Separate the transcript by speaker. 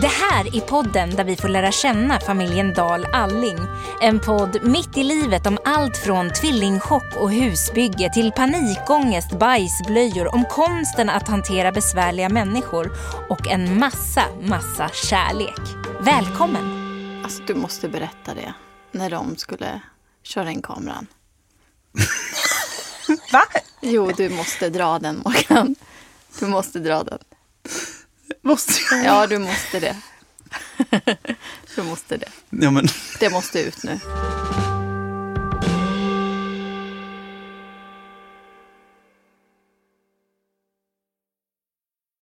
Speaker 1: Det här är podden där vi får lära känna familjen Dahl Alling. En podd mitt i livet om allt från tvillingchock och husbygge till panikångest, bajsblöjor, om konsten att hantera besvärliga människor och en massa, massa kärlek. Välkommen!
Speaker 2: Alltså du måste berätta det. När de skulle köra in kameran.
Speaker 3: Va?
Speaker 2: Jo, du måste dra den Morgan. Du måste dra den.
Speaker 3: Måste jag?
Speaker 2: Ja, du måste det. Du måste det.
Speaker 3: Ja, men
Speaker 2: Det måste ut nu.